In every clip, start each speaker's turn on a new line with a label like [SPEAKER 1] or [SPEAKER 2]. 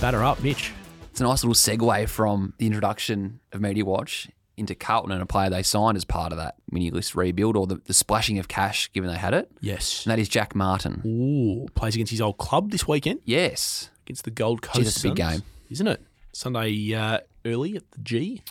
[SPEAKER 1] Batter up, Mitch.
[SPEAKER 2] It's a nice little segue from the introduction of Media Watch into Carlton and a player they signed as part of that mini list rebuild or the, the splashing of cash given they had it.
[SPEAKER 1] Yes.
[SPEAKER 2] And that is Jack Martin.
[SPEAKER 1] Ooh, plays against his old club this weekend
[SPEAKER 2] Yes.
[SPEAKER 1] against the Gold Coast.
[SPEAKER 2] Gee, that's a big
[SPEAKER 1] Suns,
[SPEAKER 2] game.
[SPEAKER 1] isn't it? Sunday uh, early at the G.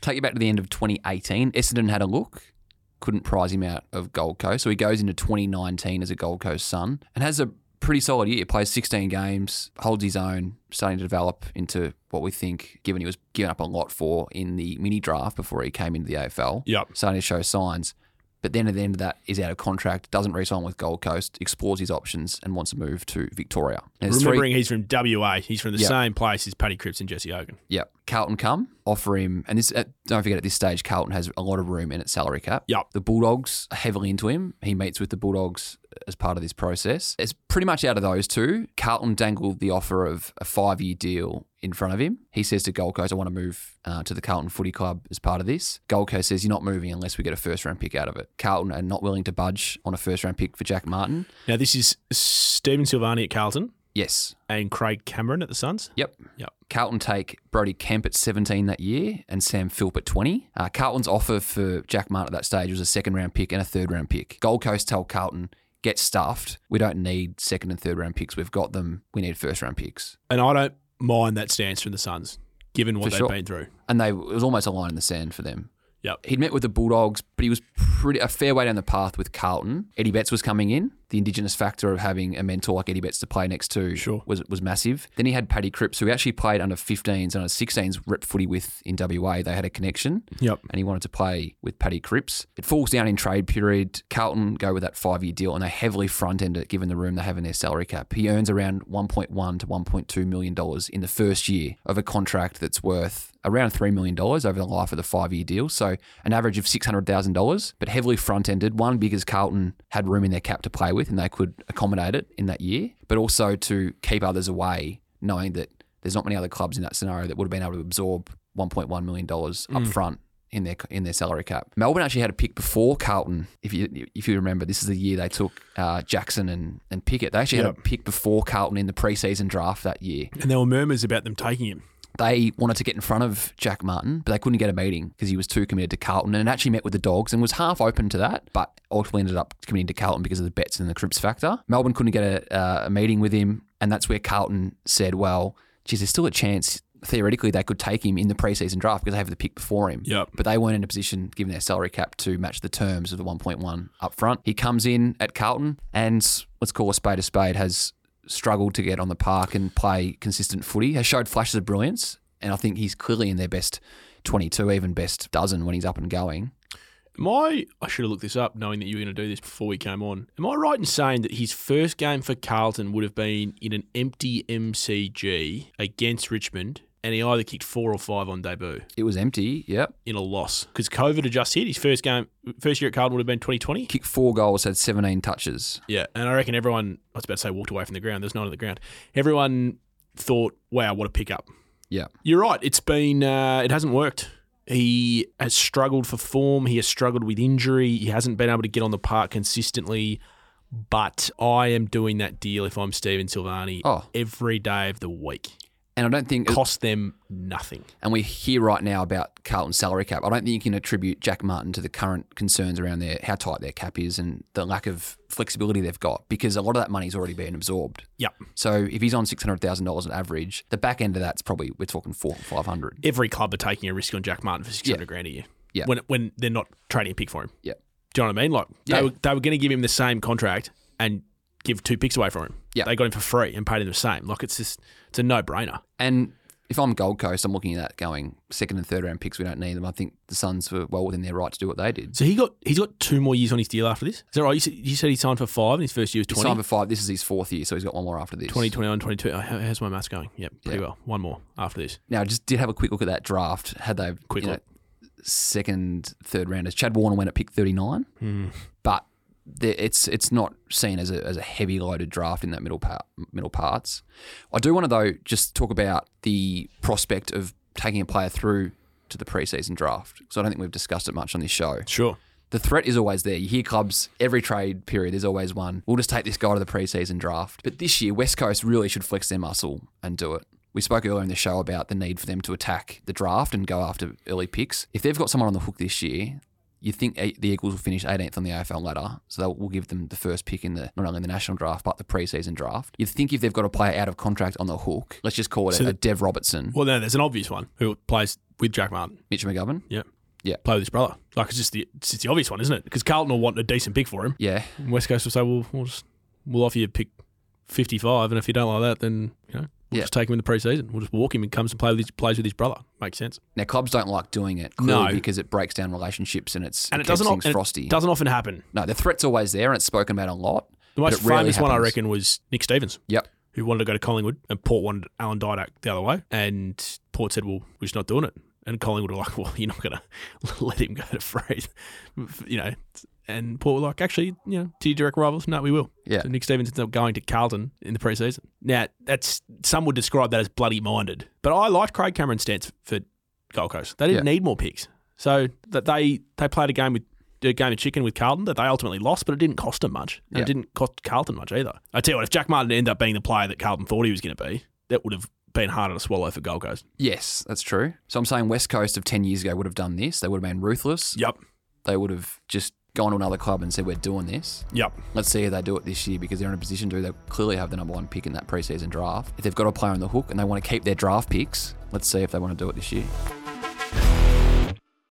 [SPEAKER 2] Take you back to the end of 2018. Essendon had a look, couldn't prize him out of Gold Coast. So he goes into 2019 as a Gold Coast son and has a pretty solid year. Plays 16 games, holds his own, starting to develop into what we think, given he was given up a lot for in the mini draft before he came into the AFL.
[SPEAKER 1] Yep.
[SPEAKER 2] starting to show signs. But then at the end of that, is out of contract, doesn't re-sign with Gold Coast, explores his options, and wants to move to Victoria. And there's
[SPEAKER 1] Remembering
[SPEAKER 2] three,
[SPEAKER 1] he's from WA, he's from the
[SPEAKER 2] Yeah.
[SPEAKER 1] same place as Paddy Cripps and Jesse Hogan.
[SPEAKER 2] yeah, Carlton come offer him, and this uh, don't forget at this stage, Carlton has a lot of room in its salary cap.
[SPEAKER 1] Yep.
[SPEAKER 2] The Bulldogs are heavily into him. He meets with the Bulldogs as part of this process. It's pretty much out of those two. Carlton dangled the offer of a five-year deal in front of him. He says to Gold Coast, "I want to move uh, to the Carlton Footy Club as part of this." Gold Coast says, "You're not moving unless we get a first-round pick out of it." Carlton are not willing to budge on a first-round pick for Jack Martin.
[SPEAKER 1] Now, this is Stephen Silvani at Carlton
[SPEAKER 2] Yes.
[SPEAKER 1] and Craig Cameron at the Suns.
[SPEAKER 2] Yep.
[SPEAKER 1] Yep.
[SPEAKER 2] Carlton take Brody Kemp at 17 that year and Sam Philp at 20. Uh, Carlton's offer for Jack Martin at that stage was a second round pick and a third round pick. Gold Coast tell Carlton, get stuffed. We don't need second and third round picks. We've got them. We need first round picks.
[SPEAKER 1] And I don't mind that stance from the Suns, given what
[SPEAKER 2] For
[SPEAKER 1] they've
[SPEAKER 2] sure.
[SPEAKER 1] been through.
[SPEAKER 2] And they it was almost a line in the sand for them.
[SPEAKER 1] Yep.
[SPEAKER 2] He'd met with the Bulldogs, but he was pretty a fair way down the path with Carlton. Eddie Betts was coming in. The Indigenous factor of having a mentor like Eddie Betts to play next to
[SPEAKER 1] Sure.
[SPEAKER 2] was was massive. Then he had Paddy Cripps, who he actually played under 15s and under 16s rep footy with in WA. They had a connection.
[SPEAKER 1] Yep.
[SPEAKER 2] And he wanted to play with Paddy Cripps. It falls down in trade period. Carlton go with that five year deal and they heavily front end it given the room they have in their salary cap. He earns around 1.1 to 1.2 million dollars in the first year of a contract that's worth around $3 million over the life of the five year deal. So an average of $600,000, but heavily front ended. One, because Carlton had room in their cap to play with and they could accommodate it in that year, but also to keep others away, knowing that there's not many other clubs in that scenario that would have been able to absorb $1.1 million up front in their in their salary cap. Melbourne actually had a pick before Carlton. If you if you remember, this is the year they took uh, Jackson and, and Pickett. They actually had a
[SPEAKER 1] Yep.
[SPEAKER 2] pick before Carlton in the preseason draft that year.
[SPEAKER 1] And there were murmurs about them taking him.
[SPEAKER 2] They wanted to get in front of Jack Martin, but they couldn't get a meeting because he was too committed to Carlton and actually met with the Dogs and was half open to that, but ultimately ended up committing to Carlton because of the bets and the Cripps factor. Melbourne couldn't get a, uh, a meeting with him, and that's where Carlton said, well, geez, there's still a chance theoretically they could take him in the preseason draft because they have the pick before him.
[SPEAKER 1] Yep.
[SPEAKER 2] But they weren't in a position, given their salary cap, to match the terms of the 1.1 up front. He comes in at Carlton and let's call a spade a spade has struggled to get on the park and play consistent footy. Has showed flashes of brilliance, and I think he's clearly in their best 22, even best dozen when he's up and going.
[SPEAKER 1] My, I should have looked this up knowing that you were going to do this before we came on. Am I right in saying that his first game for Carlton would have been in an empty MCG against Richmond, and he either kicked four or five on debut
[SPEAKER 2] It was empty. Yep.
[SPEAKER 1] in a loss because COVID had just hit. His first game, first year at Carlton would have been 2020.
[SPEAKER 2] Kicked four goals, had 17 touches.
[SPEAKER 1] Yeah, and I reckon everyone, I was about to say walked away from the ground. There's none on the ground. Everyone thought, wow, what a pickup.
[SPEAKER 2] Yeah.
[SPEAKER 1] You're right. It's been, uh, it hasn't worked. He has struggled for form. He has struggled with injury. He hasn't been able to get on the park consistently. But I am doing that deal if I'm Steven Silvani
[SPEAKER 2] Oh.
[SPEAKER 1] every day of the week.
[SPEAKER 2] And I don't think
[SPEAKER 1] Cost them nothing.
[SPEAKER 2] and we hear right now about Carlton's salary cap. I don't think you can attribute Jack Martin to the current concerns around their how tight their cap is and the lack of flexibility they've got because a lot of that money's already been absorbed.
[SPEAKER 1] Yep.
[SPEAKER 2] So if he's on six hundred thousand dollars on average, the back end of that's probably we're talking four or five hundred.
[SPEAKER 1] Every club are taking a risk on Jack Martin for 600
[SPEAKER 2] Yeah.
[SPEAKER 1] grand a year.
[SPEAKER 2] Yeah.
[SPEAKER 1] When, when they're not trading a pick for him.
[SPEAKER 2] Yeah.
[SPEAKER 1] Do you know what I mean? Like
[SPEAKER 2] Yeah.
[SPEAKER 1] they were they were going to give him the same contract and give two picks away from him.
[SPEAKER 2] Yeah.
[SPEAKER 1] they got him for free and paid him the same. Like it's just it's a no brainer.
[SPEAKER 2] And If I'm Gold Coast, I'm looking at that going second and third round picks. We don't need them. I think the Suns were well within their right to do what they did.
[SPEAKER 1] So he got he's got two more years on his deal after this. Is that right? You said, you said he signed for five, and his first year was
[SPEAKER 2] He signed
[SPEAKER 1] 20.
[SPEAKER 2] for five. This is his fourth year, so he's got one more after this.
[SPEAKER 1] 20, 21, 22. Oh, how- How's my maths going? Yep, pretty
[SPEAKER 2] Yeah.
[SPEAKER 1] well. One more after this.
[SPEAKER 2] Now, I just did have a quick look at that draft. Had they
[SPEAKER 1] Quick
[SPEAKER 2] you know,
[SPEAKER 1] look.
[SPEAKER 2] second, third rounders. Chad Warner went at pick 39,
[SPEAKER 1] Hmm.
[SPEAKER 2] but there, it's it's not seen as a, as a heavy loaded draft in that middle part, middle parts. I do want to though just talk about the prospect of taking a player through to the preseason draft because I don't think we've discussed it much on this show.
[SPEAKER 1] Sure.
[SPEAKER 2] The threat is always there. You hear clubs every trade period. There's always one. We'll just take this guy to the preseason draft. But this year, West Coast really should flex their muscle and do it. We spoke earlier in the show about the need for them to attack the draft and go after early picks. If they've got someone on the hook this year, you think eight- the Eagles will finish 18th on the AFL ladder, so that will give them the first pick in the not only the national draft but the preseason draft. You think if they've got a player out of contract on the hook, let's just call it
[SPEAKER 1] So
[SPEAKER 2] a
[SPEAKER 1] the-
[SPEAKER 2] Dev Robertson,
[SPEAKER 1] Well, no, there's an obvious one who plays with Jack Martin.
[SPEAKER 2] Mitch McGovern.
[SPEAKER 1] Yeah.
[SPEAKER 2] Yeah.
[SPEAKER 1] Play with his brother. Like, it's just the, it's just the obvious one, isn't it? Because Carlton will want a decent pick for him.
[SPEAKER 2] Yeah,
[SPEAKER 1] And West Coast will say, well, we'll, just, we'll offer you pick 55, and if you don't like that, then, you know, we'll
[SPEAKER 2] Yeah.
[SPEAKER 1] just take him in the preseason. We'll just walk him and comes and play with his, plays with his brother. Makes sense.
[SPEAKER 2] Now clubs don't like doing it clearly
[SPEAKER 1] No.
[SPEAKER 2] because it breaks down relationships and it's
[SPEAKER 1] And it,
[SPEAKER 2] keeps
[SPEAKER 1] doesn't,
[SPEAKER 2] things
[SPEAKER 1] and
[SPEAKER 2] frosty.
[SPEAKER 1] it doesn't often happen.
[SPEAKER 2] no, the threat's always there and it's spoken about a lot.
[SPEAKER 1] The most
[SPEAKER 2] but it rarely
[SPEAKER 1] famous one, I
[SPEAKER 2] happens.
[SPEAKER 1] reckon, was Nick Stevens,
[SPEAKER 2] Yep.
[SPEAKER 1] who wanted to go to Collingwood, and Port wanted Alan Didak the other way. And Port said, well, we're just not doing it. And Collingwood were like, well, you're not going to let him go to free. you know, and Port were like, actually, you know, to your direct rivals, no, we will.
[SPEAKER 2] Yeah.
[SPEAKER 1] So Nick Stevens ended up going to Carlton in the preseason. Now, that's some would describe that as bloody minded. But I liked Craig Cameron's stance for Gold Coast. They didn't
[SPEAKER 2] Yeah.
[SPEAKER 1] need more picks. So that they they played a game with a game of chicken with Carlton that they ultimately lost, but it didn't cost them much. And
[SPEAKER 2] Yeah.
[SPEAKER 1] it didn't cost Carlton much either. I tell you what, if Jack Martin ended up being the player that Carlton thought he was going to be, that would have been harder to swallow for Gold Coast.
[SPEAKER 2] Yes, that's true. So I'm saying West Coast of 10 years ago would have done this. They would have been ruthless.
[SPEAKER 1] Yep.
[SPEAKER 2] They would have just gone to another club and said, we're doing this.
[SPEAKER 1] Yep.
[SPEAKER 2] Let's see how they do it this year because they're in a position to. They clearly have the number one pick in that preseason draft. If they've got a player on the hook and they want to keep their draft picks, let's see if they want to do it this year.